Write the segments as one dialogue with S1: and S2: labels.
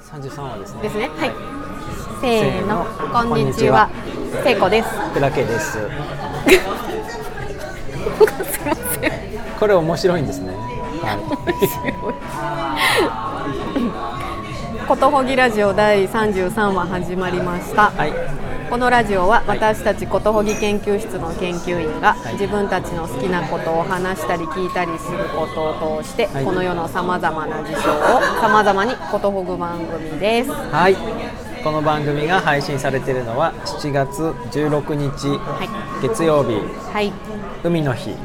S1: 三十三話ですね。
S2: ですねはい
S1: せ
S2: せ
S1: ー
S2: ー
S1: の
S2: のこんにちは聖子です
S1: ペラ ケです。これ面白いんですね。は
S2: ことほぎラジオ第33話始まりました、
S1: い。はい。
S2: このラジオは
S1: はい
S2: 私たちことほぎ研究室の研究員が
S1: はい
S2: 自分たちの好きなことを話したり聞いたりすることを通して
S1: はい
S2: この世のさまざまな事象をさまざまにことほぐ番組です
S1: はい。この番組が配信されているのは7月16日、
S2: い
S1: 月曜日
S2: はい
S1: 海の日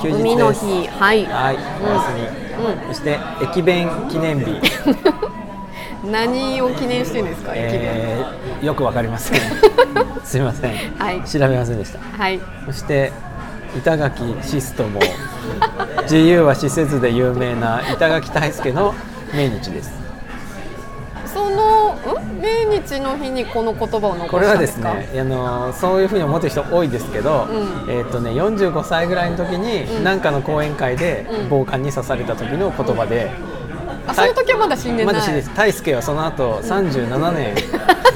S1: 休日です。
S2: 海の日はい、
S1: はい。お
S2: う
S1: 休み。そして駅弁記 念日。
S2: 何を記念してるんですか、駅弁
S1: えー、よくわかりま せん。すみません。
S2: はい
S1: 調べませんでした。
S2: はい
S1: そして板垣シストも自由は死せずで有名な板垣大輔の命日です。
S2: そのん命日の日にこの言葉を残
S1: これ
S2: した
S1: は
S2: ん
S1: で
S2: ですすか
S1: ね、あのそういうふうに思ってる人多いですけど、
S2: うん
S1: えっ、とね45歳ぐらいの時に
S2: ん
S1: 何、かの講演会で
S2: うん
S1: 暴漢に刺された時の言葉で、
S2: あその時はまだ死んでな
S1: ま
S2: い、
S1: だしです。大輔はその後37年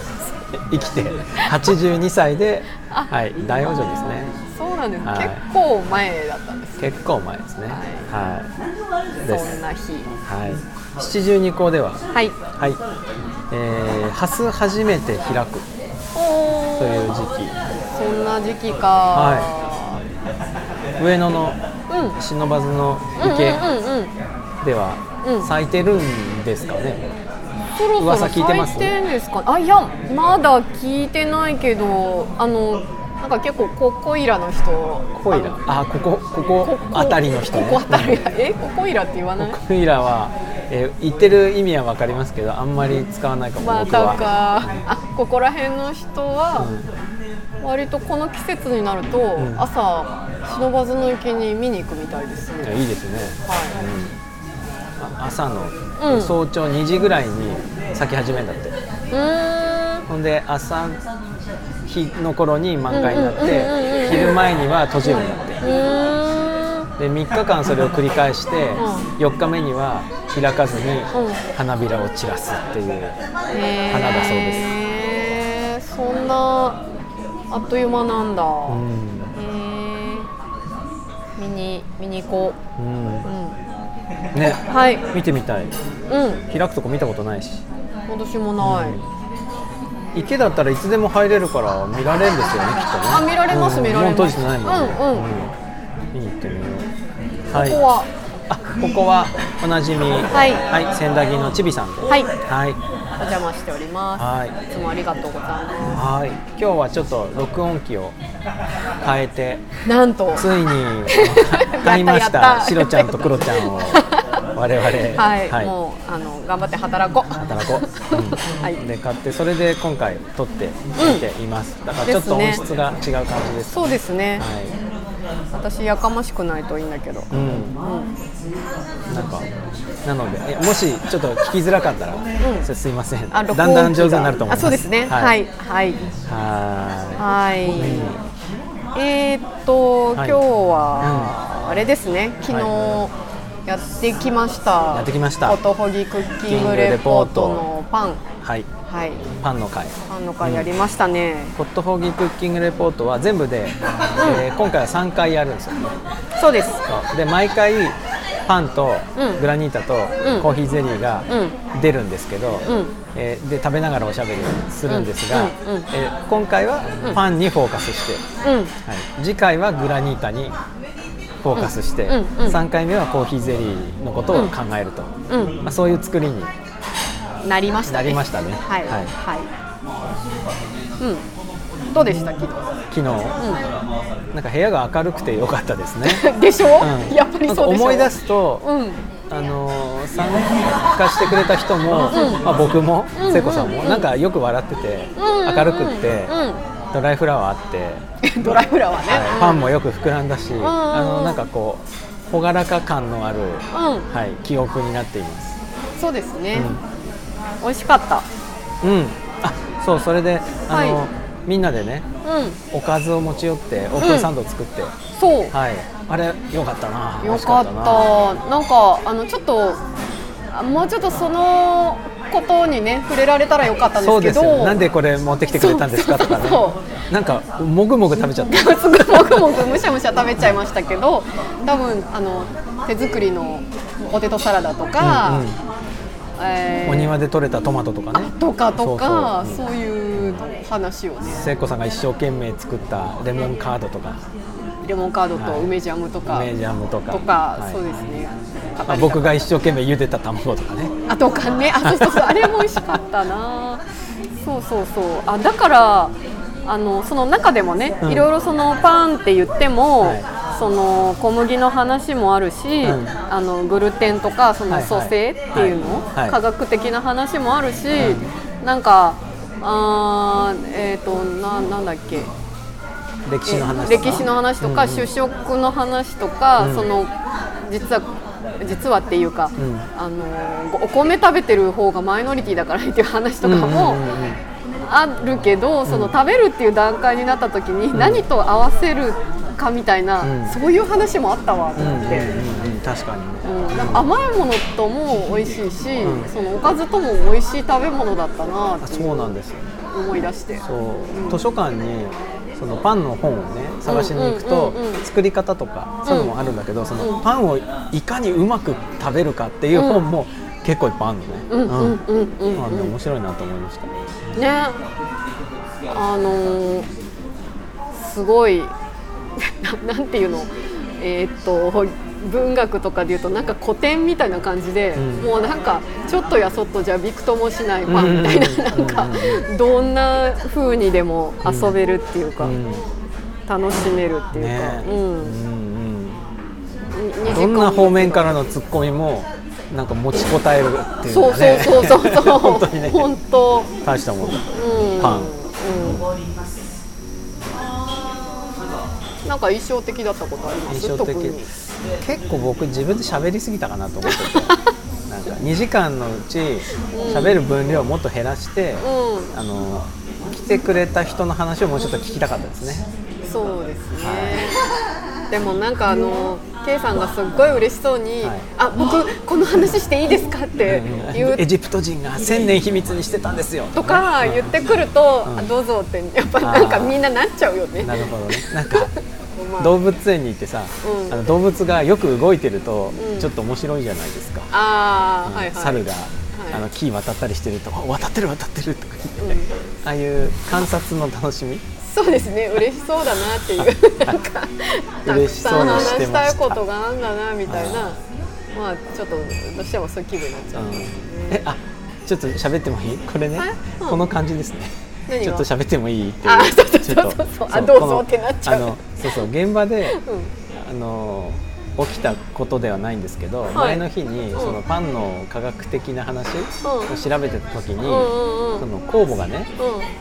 S1: 生きて82歳で、
S2: あ
S1: はい大往生ですね。
S2: そうなんです、
S1: はい
S2: 結構前だったんです
S1: 結構前ですね。はい。で
S2: そん
S1: す。
S2: な日
S1: はい。七十二校では
S2: はい
S1: はい、えー、ハス初めて開く
S2: お
S1: という
S2: ー
S1: 時
S2: そんな時期か、
S1: は期上野の
S2: うん
S1: 不忍ばずの池
S2: うんうんうんうん
S1: で
S2: うん
S1: は咲いてるんですかね、
S2: そろそろ
S1: 噂
S2: 咲
S1: 聞いてます
S2: いてんですかあいやまだ聞いてないけどあのなんか結構ここいらの人
S1: コイラ
S2: あの
S1: あここ
S2: こ
S1: ここ
S2: こ
S1: あたりの人ね
S2: ここあたりえここいらって言わない
S1: コイラは、えー言ってる意味は分かりますけどあんまり使わないかも、
S2: ま
S1: 僕は
S2: たかあここら辺の人は、割とこの季節になると、
S1: ん
S2: 朝忍ばずの池に見に行くみたいです
S1: うんい
S2: ね
S1: や、いいですね、うんあ朝の、
S2: うん
S1: 早朝2時ぐらいに咲き始めるんだって
S2: はい、う
S1: ほんで朝日の頃に満開になっ
S2: うんうんうんうんうん
S1: て昼前には閉じるんだって
S2: ーんうーん
S1: で3日間それを繰り返して
S2: う
S1: 4日目には開かずに
S2: うん
S1: 花びらを散らすっていう花
S2: 花
S1: だそうです
S2: す。そんなあっという間なんだ。
S1: うん、
S2: へえ。見に見に行こ
S1: う
S2: う。
S1: ん
S2: うん。
S1: ね
S2: はい。
S1: 見てみた
S2: う
S1: い
S2: ん。
S1: 開くとこ見たことないし
S2: 私もない。
S1: 池だったらいつでも入れるから見られるんですよねきっとね
S2: あ見られます
S1: うん
S2: 見られます
S1: もう閉じてないもんね、
S2: うんうん
S1: うん見に行ってみよう
S2: ここは
S1: あここはおなじみ、はい千駄木のちびさんで
S2: はい
S1: はい
S2: お邪魔しておりま
S1: はい
S2: す。いつもありがとうございま
S1: はい今日はちょっと録音機を変えて
S2: す。なんと。
S1: ついに
S2: った
S1: 買いまし
S2: やったた
S1: しろちゃんとクロちゃんを我々
S2: はい、もうあの頑張って働こう。
S1: 働こ う、うん
S2: はい。
S1: で買ってそれで今回撮ってみています、だからちょっと音
S2: です
S1: 質
S2: ね
S1: が違う感じです
S2: そうですね。
S1: は
S2: 私やかましくないといいんだけど。
S1: い、うん、
S2: うん。
S1: なんかなのでえもしちょっと聞きづらかったら、
S2: ん
S1: それすいませんだ
S2: あ、
S1: ん
S2: 録音機が
S1: だん上手になると思い
S2: あ、
S1: ます
S2: そうですね。はい、はい。
S1: は
S2: はい。えーっと、
S1: はい
S2: 今日は、あれですね。昨日、やってきました。
S1: やってきました
S2: ことほぎクッキングレポートのパン。
S1: いはい
S2: はい。
S1: パンの会
S2: パンの会やりましたね。
S1: ホットホギクッキングレポートは全部で、えー今回は3回やるんですよね
S2: そうです。
S1: そうで毎回パンと
S2: うん
S1: グラニータと
S2: うん
S1: コーヒーゼリーが
S2: う
S1: 出るんですけど、
S2: うん
S1: えーで食べながらおしゃべりするんですが、
S2: うんうんうん
S1: えー今回はパンにフォーカスして、
S2: うん。
S1: はい、次回はグラニータにフォーカスして、
S2: うんうんうん
S1: 3回目はコーヒーゼリーのことを考えると、
S2: うん
S1: まあ、そういう作りに
S2: なりました、
S1: な
S2: ね。
S1: りましたね
S2: はい。
S1: は
S2: はいい。うん。どうでした、 昨
S1: 昨日、なんか部屋が明るくて良かったですね。
S2: 日。でしょ、
S1: う ん
S2: やっぱりそうでしょ
S1: なんか思い出。すと、
S2: うん。
S1: あのー参加してくれた人も、まあ、僕も
S2: ん
S1: 聖子さんも、
S2: うん
S1: なんかよく笑ってて、
S2: うんうん
S1: 明るくって、
S2: うん
S1: ドライフラワーあって、
S2: ドライフラワーね。
S1: はいパンもよく膨らんだし、
S2: ん
S1: あのなんかこう朗らか感のある、
S2: うん。
S1: はい、記憶になっています。
S2: そうですね。美味しかった。
S1: うん、うんあそうそれであの、
S2: はい
S1: みんなでね
S2: うん。
S1: おかずを持ち寄ってオープンサンドを作って、
S2: そう。
S1: はい、あれ良かったな
S2: よかった
S1: 美味しかっ
S2: なんかあのちょっとあもうちょっとそのことにね触れられたらよかったんで
S1: そ
S2: す
S1: う
S2: け
S1: です
S2: ど
S1: よなんでこれ持ってきてくれたんですかとかね
S2: そうそう
S1: なんかもぐもぐ食べちゃった
S2: すぐもぐもぐむしゃむしゃ食べちゃいましたけど多分あの手作りのポテトサラダとか、
S1: うんうん
S2: えー
S1: お庭で採れたトマトとかね
S2: とかとか
S1: そ
S2: そ
S1: うそう
S2: ういう話をね
S1: 聖子さんが一生懸命作ったレモンカードとか
S2: レモンカードと
S1: はい
S2: 梅ジャムとか、
S1: 梅ジャムとか
S2: とか、
S1: はい
S2: そうですね
S1: まあ僕が一生懸命茹でた卵とかね
S2: あとかねあそう そうそうあれも美味しかったなそうそうそうあだからあのその中でもね、
S1: うん
S2: いろいろそのパンって言っても、
S1: はい
S2: その小麦の話もあるし、
S1: うん
S2: あのグルテンとかそ
S1: は
S2: の
S1: いはい
S2: 蘇生っていうの、
S1: はいはい
S2: 科学的な話もあるし、
S1: う
S2: なんかあーえっ、とななんだっけ
S1: 歴史の話とか
S2: 歴史の話とか、
S1: うんうん
S2: 就職の話とか、
S1: うん
S2: その実は実はっていうか、
S1: ん
S2: あのごお米食べてる方がマイノリティだからっていう話とかも
S1: うんうんうんうん
S2: あるけど、その食べるっていう段階になった時に何と合わせるかみたいな、
S1: うん
S2: そういう話もあったわと
S1: うんうん
S2: 思って。
S1: うんうん確かにね
S2: うんなんか甘いものとも美味しいし、
S1: うん
S2: そのおかずとも美味しい食べ物だったな
S1: あ
S2: って
S1: そうなんですよ
S2: 思い出して
S1: そう
S2: うん
S1: 図書館にそのパンの本をね探しに行く
S2: う
S1: と
S2: んうんうんうん
S1: 作り方とかそういうのもあるんだけどその
S2: うん
S1: パンをいかにうまく食べるかっていう本も結構いっぱいあるのね
S2: うんうん
S1: う
S2: うん
S1: ん
S2: うん、うん
S1: まあね面白いなと思いました
S2: ねあのーすごい ななんていうのえーっと文学とかでいうとなんか古典みたいな感じで、
S1: うん
S2: もうなんかちょっとやそっとじゃびくともしないファンみたいな、
S1: うんうんうん
S2: なんか、どんな風にでも遊べるっていうか、
S1: うん
S2: 楽しめるっていうか、
S1: ね
S2: うん、
S1: うん
S2: に
S1: う
S2: 二時
S1: んど
S2: 間
S1: んな方面からのツッコミもなんか持ちこたえるっていう
S2: そう
S1: かね
S2: そうそうそうそう
S1: 本当にね
S2: 本当
S1: 大したもんだ
S2: うん
S1: パン
S2: うんなんか印象的だったことあります
S1: 印象的
S2: 特に
S1: 結構僕自分で喋りすぎたかなと思っててなんか2時間のうち喋る分量をもっと減らして、
S2: う
S1: あの来てくれた人の話をもうちょっと聞きたかったですね
S2: んそうですね、でもなんかあの K さんがすっごい嬉しそうに「
S1: はい
S2: あ僕この話していいですか?」って言う
S1: エジプト人が1000年秘密にしてたんですよ
S2: とか言ってくると「
S1: うん
S2: あどうぞ」ってやっぱなんかみんななっちゃうよね。
S1: なるほどねなんか
S2: まあ
S1: 動物園に行ってさ、
S2: うん
S1: あの動物がよく動いてると
S2: うん
S1: ちょっと面白いじゃないですか、
S2: あーはいはい、
S1: 猿が、
S2: い
S1: あの木渡ったりしてるとあ 渡ってる渡ってるとか言って、
S2: うん
S1: ああいう観察の楽しみ
S2: そうですね嬉しそうだなっていうなんかたく
S1: 嬉し
S2: さ
S1: そうんに
S2: 話
S1: して
S2: し
S1: ました
S2: たいことがあるんだなみたいな
S1: は
S2: まあちょっとどうしてもそういう気分になっちゃう、
S1: うんえあちょっと喋ってもいいこれね、
S2: はいうん
S1: この感じですね
S2: 何が
S1: ちょっと喋ってもいいっていう
S2: あそうそうそうそう
S1: ちょっと
S2: あどうぞ
S1: この
S2: ってなっちゃう
S1: あのそうそう現場で、
S2: うん
S1: あの起きたことではないんですけど、
S2: い
S1: 前の日に
S2: うん
S1: そのパンの科学的な話を調べてた時に、
S2: うんうんうん
S1: その酵母がね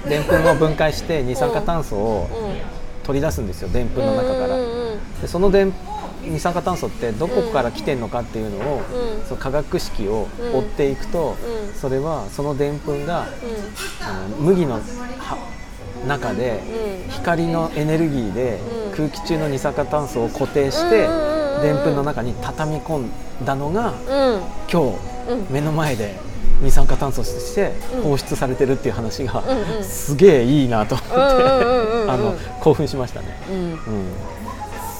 S2: うん
S1: でんぷんを分解して二酸化炭素を
S2: うん
S1: 取り出すんですよでんぷんの中
S2: う
S1: から。
S2: んうんうん
S1: でそのでん二酸化炭素ってどこから来てんのかっていうのを、
S2: うん
S1: その化学式を追っていくと、
S2: うんうん
S1: それはそのでんぷんが
S2: う
S1: あの麦の葉中で
S2: うん
S1: 光のエネルギーで
S2: うん
S1: 空気中の二酸化炭素を固定して
S2: うんうんうんうん
S1: でんぷんの中に畳み込んだのが
S2: んうん
S1: 今
S2: うん
S1: 日目の前で二酸化炭素として
S2: うん
S1: 放出されてるっていう話が
S2: うんうん
S1: すげえいいなと思って
S2: うんうんうんうんうん
S1: あの興奮しましたね。
S2: うん
S1: うん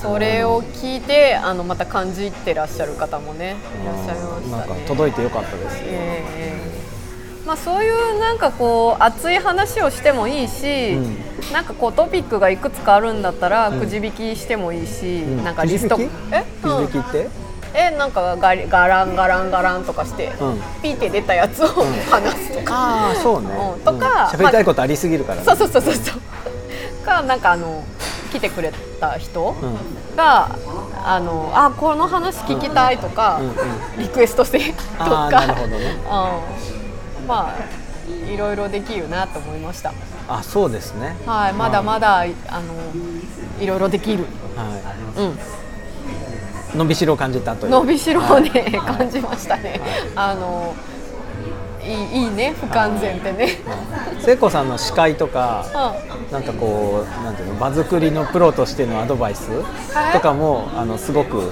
S2: それを聞いてあのまた感じてらっしゃる方もねいらっしゃいましたね
S1: なんか届いてよかったです。
S2: ええまあ、そういうなんかこう熱い話をしてもいいし、
S1: うん
S2: なんかこうトピックがいくつかあるんだったら
S1: うん
S2: くじ引きしてもいいし、
S1: うん
S2: なんかリスト
S1: くじ引き
S2: え、
S1: く
S2: うん
S1: じ引きって、
S2: えなんかガリガランガランガランとかして、
S1: うん
S2: ピーって出たやつを話すとか、
S1: ああそうね
S2: うん。とか
S1: うん喋りたいことありすぎるからね。
S2: そうそうそうそうそうかなんかあの来てくれた人
S1: うん。
S2: が、あのあこの話聞きたいとか、
S1: うんうん
S2: リクエストしてと
S1: あ
S2: か
S1: あなるほどね。
S2: うん、まあいろいろできるなと思いました。
S1: あそうですね。
S2: はい、まだま
S1: だ。
S2: だあのいろいろできる。
S1: は
S2: うん、
S1: い。伸びしろを感じたとい う。
S2: 伸びしろをね、
S1: はい
S2: 感じましたね。あのいいいいね不完全ってね
S1: 聖子さんの司会とか
S2: あ
S1: なんかこうなんていうの場作りのプロとしてのアドバイス
S2: い
S1: とかもあのすごく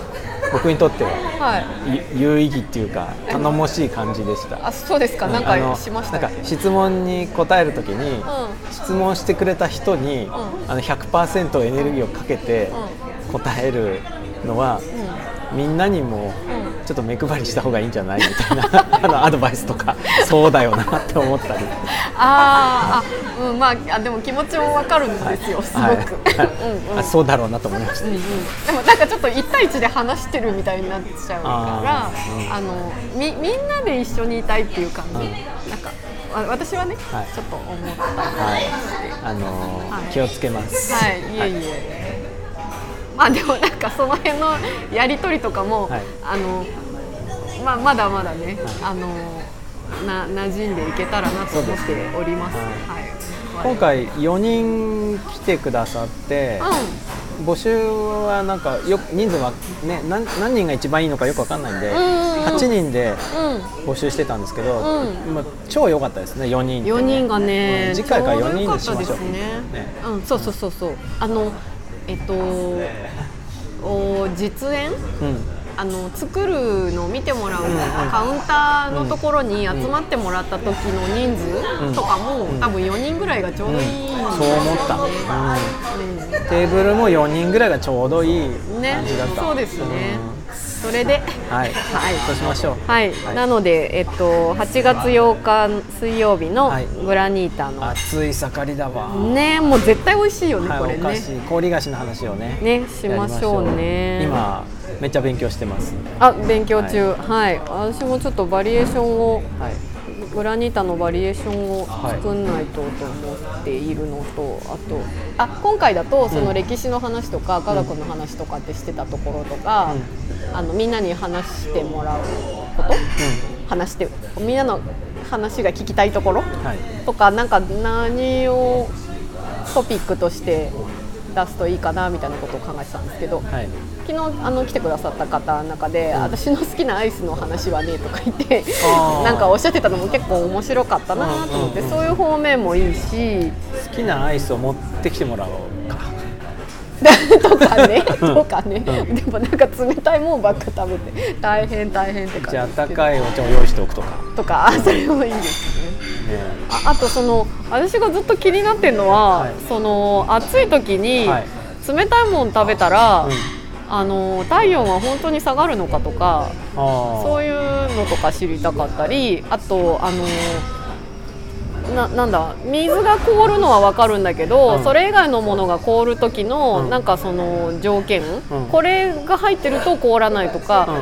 S1: 僕にとっては
S2: はい
S1: い有意義っていうか頼もしい感じでした。
S2: あそうですかなん
S1: あの
S2: かしました
S1: な
S2: ね
S1: んか質問に答えるときに、
S2: う
S1: 質問してくれた人に、あの100%エネルギーをかけて答えるのは、みんなにも
S2: う
S1: ちょっと目配りした方がいいんじゃない みたいなあのアドバイス とかそうだよなって思ったり
S2: あーあ、うん、まああでも気持ちもわかるんですよすごく、
S1: は
S2: うん
S1: い
S2: うん
S1: あそうだろうなと思いま した、
S2: うんうん、でもなんかちょっと1対1で話してるみたいになっちゃうから
S1: あ
S2: あ
S1: ーうん
S2: のみみんなで一緒にいたいっていう感じ、
S1: うん
S2: なんかわ私はね、
S1: はい
S2: ちょっと思ったは
S1: はいあのー
S2: はい
S1: 気をつけます、
S2: いいえいえ、まあでもなんかその辺のやり取りとかも、
S1: はい
S2: あのまあまだまだね、あのな馴染んでいけたらなと思っております。
S1: そうです
S2: はい
S1: 今回4人来てくださって、
S2: うん
S1: 募集はなんかよ人数は、ね、何何人が一番いいのかよくわかんないんで、
S2: ん
S1: 8人で
S2: うん
S1: 募集してたんですけど、
S2: う
S1: まあ、超良かったですね4人って
S2: 4人が
S1: う
S2: ね
S1: ん、次回から
S2: ちょうど
S1: 4
S2: よか
S1: 人で
S2: っ
S1: したま
S2: で
S1: しょう
S2: すね
S1: ね
S2: うん、そうそうそうそうあのえっとお実演
S1: うん
S2: あの作るのを見てもらうカウンターのところに集まってもらった時の人数とかも、多分4人ぐらいがちょうどいい、
S1: うんそう思った、うん、テーブルも4人ぐらいがちょうどいい
S2: うんね
S1: 感じだった、
S2: そうですね、それで
S1: うんはい、
S2: はい
S1: そうしましょう
S2: はい、なので、えっと、8月8日水曜日の
S1: はい
S2: グラニータの、
S1: 暑い盛りだわ、
S2: ねもう絶対美味しいよね、
S1: はい、
S2: これ
S1: お菓
S2: ね
S1: 子氷菓子の話をね
S2: ねしましょうね
S1: やりましょう今めっちゃ勉強してます
S2: あ勉強中はい、私もちょっとバリエーションを
S1: はい
S2: グラニータのバリエーションを
S1: はい
S2: 作んないとと思っているのと、あとあ今回だとその歴史の話とか、科学の話とかってしてたところとか、あのみんなに話してもらうこと、話してみんなの話が聞きたいところ
S1: はい
S2: とかなんか何をトピックとして出すといいかなみたいなことを考えてたんですけど、
S1: はい
S2: 昨日あの来てくださった方の中で、私の好きなアイスの話はねとか言って
S1: あー
S2: なんかおっしゃってたのも結構面白かったなと思って、
S1: うんうんうん
S2: そういう方面もいい し
S1: 好きなアイスを持ってきてもらおうか
S2: とかねとかね、
S1: うん
S2: でもなんか冷たいもんばっか食べて大変大変って感じ
S1: じゃ
S2: で
S1: ああっ
S2: す
S1: た
S2: けど
S1: かいお茶を用意しておくとか、ね、
S2: とかあそれもいいですね。ああとその私がずっと気になってるのは、
S1: はい
S2: その暑い時に
S1: はい
S2: 冷たいもの食べたら、
S1: うん
S2: あの体温は本当に下がるのかとか
S1: あ
S2: そう
S1: いう
S2: いうのとか知りたかったりあとあのななんだ水が凍るのは分かるんだけど、
S1: うん
S2: それ以外のものが凍る時の、
S1: うん
S2: なんかその条件、
S1: うん
S2: これが入ってると凍らないとか、
S1: うんうん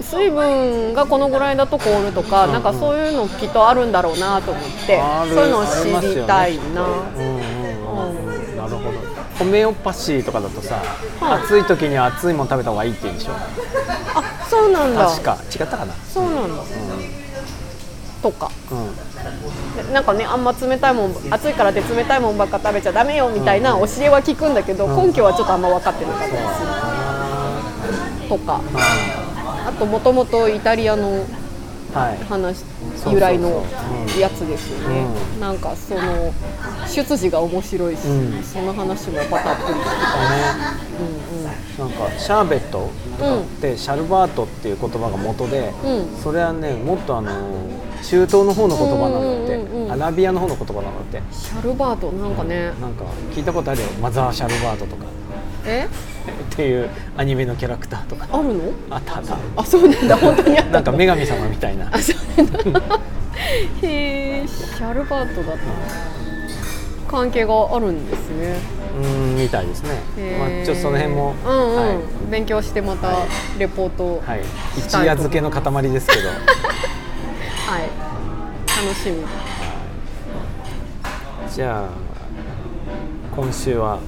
S2: 水分がこのぐらいだと凍るとか、
S1: うんうん
S2: なんかそういうのきっとあるんだろうなと思って
S1: ある
S2: そういうのを知りたいな、
S1: うんうんうん
S2: う
S1: なるほどホメオパシーとかだとさ、暑い時には暑いもの食べた方がいいって言うんでしょ
S2: あそうなんだ
S1: 確か違ったかな
S2: そうなんだとか
S1: うん、うん、
S2: でなんかねあんま冷たいもん暑いからって冷たいもんばっか食べちゃダメよみたいな教えは聞くんだけど、根拠はちょっとあんま分かってなかったですとかあともともとイタリアの
S1: はい
S2: 話
S1: そうそうそう
S2: 由来のやつですよね、
S1: う
S2: なんかその出自が面白いし、
S1: うん
S2: その話もやっぱたっぷり聞きたい、
S1: ね
S2: うんうん
S1: なんかシャーベットとかって、シャルバートっていう言葉が元で、
S2: うん
S1: それはねもっとあの中東の方の言葉なんだって、
S2: うんうんうんうん
S1: アラビアの方の言葉なんだって
S2: シャルバートなんかね、
S1: なんか聞いたことあるよマザー・シャルバートとか
S2: え
S1: っていうアニメのキャラクターとか
S2: あるの
S1: あったあった
S2: あそうなんだ本当にあった
S1: なんか女神様みたいな
S2: あそう なんだへえシャルバートだった関係があるんですね
S1: うんみたいです
S2: へ
S1: ね
S2: え
S1: まあちょっとその辺も
S2: うんうん、
S1: は
S2: 勉強してまたレポートをはい
S1: い、はい、一夜漬けの塊ですけど
S2: 楽しみ
S1: じゃあ今週は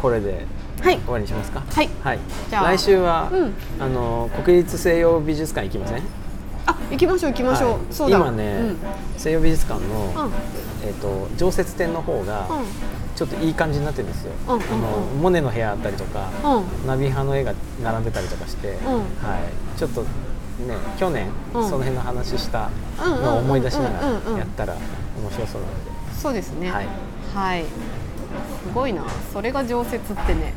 S1: これで
S2: はい
S1: 終わりにしますか
S2: はい
S1: はい
S2: じゃあ
S1: 来週は、
S2: うん
S1: あの国立西洋美術館行きません行
S2: あ行きましょう行きましょう、そうだ
S1: 今ね、西洋美術館の、
S2: うん、うん
S1: えっと常設展の方が、ちょっといい感じになってるんですよ、
S2: うんうんうん
S1: あのモネの部屋あったりとか、
S2: うん
S1: ナビ派の絵が並んでたりとかして、
S2: ん
S1: はい、ちょっとね去年、
S2: うん
S1: その辺の話した
S2: うんうんうんうんうん
S1: のを思い出しながらやったら面白そうなので、
S2: そうですね
S1: はい
S2: はいすごいなそれが常設ってね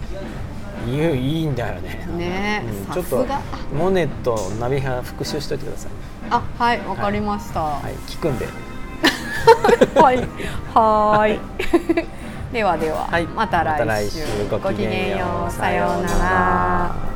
S1: いやいいんだよね
S2: ねえ
S1: うん
S2: さ
S1: ちょっ
S2: す
S1: と
S2: が
S1: モネとナビハ復習しといてください、
S2: あはいわかりました
S1: は、
S2: はい
S1: 聞くんで
S2: いはいではでは、
S1: はい
S2: また来週
S1: また来週ごきげんよう
S2: さようなら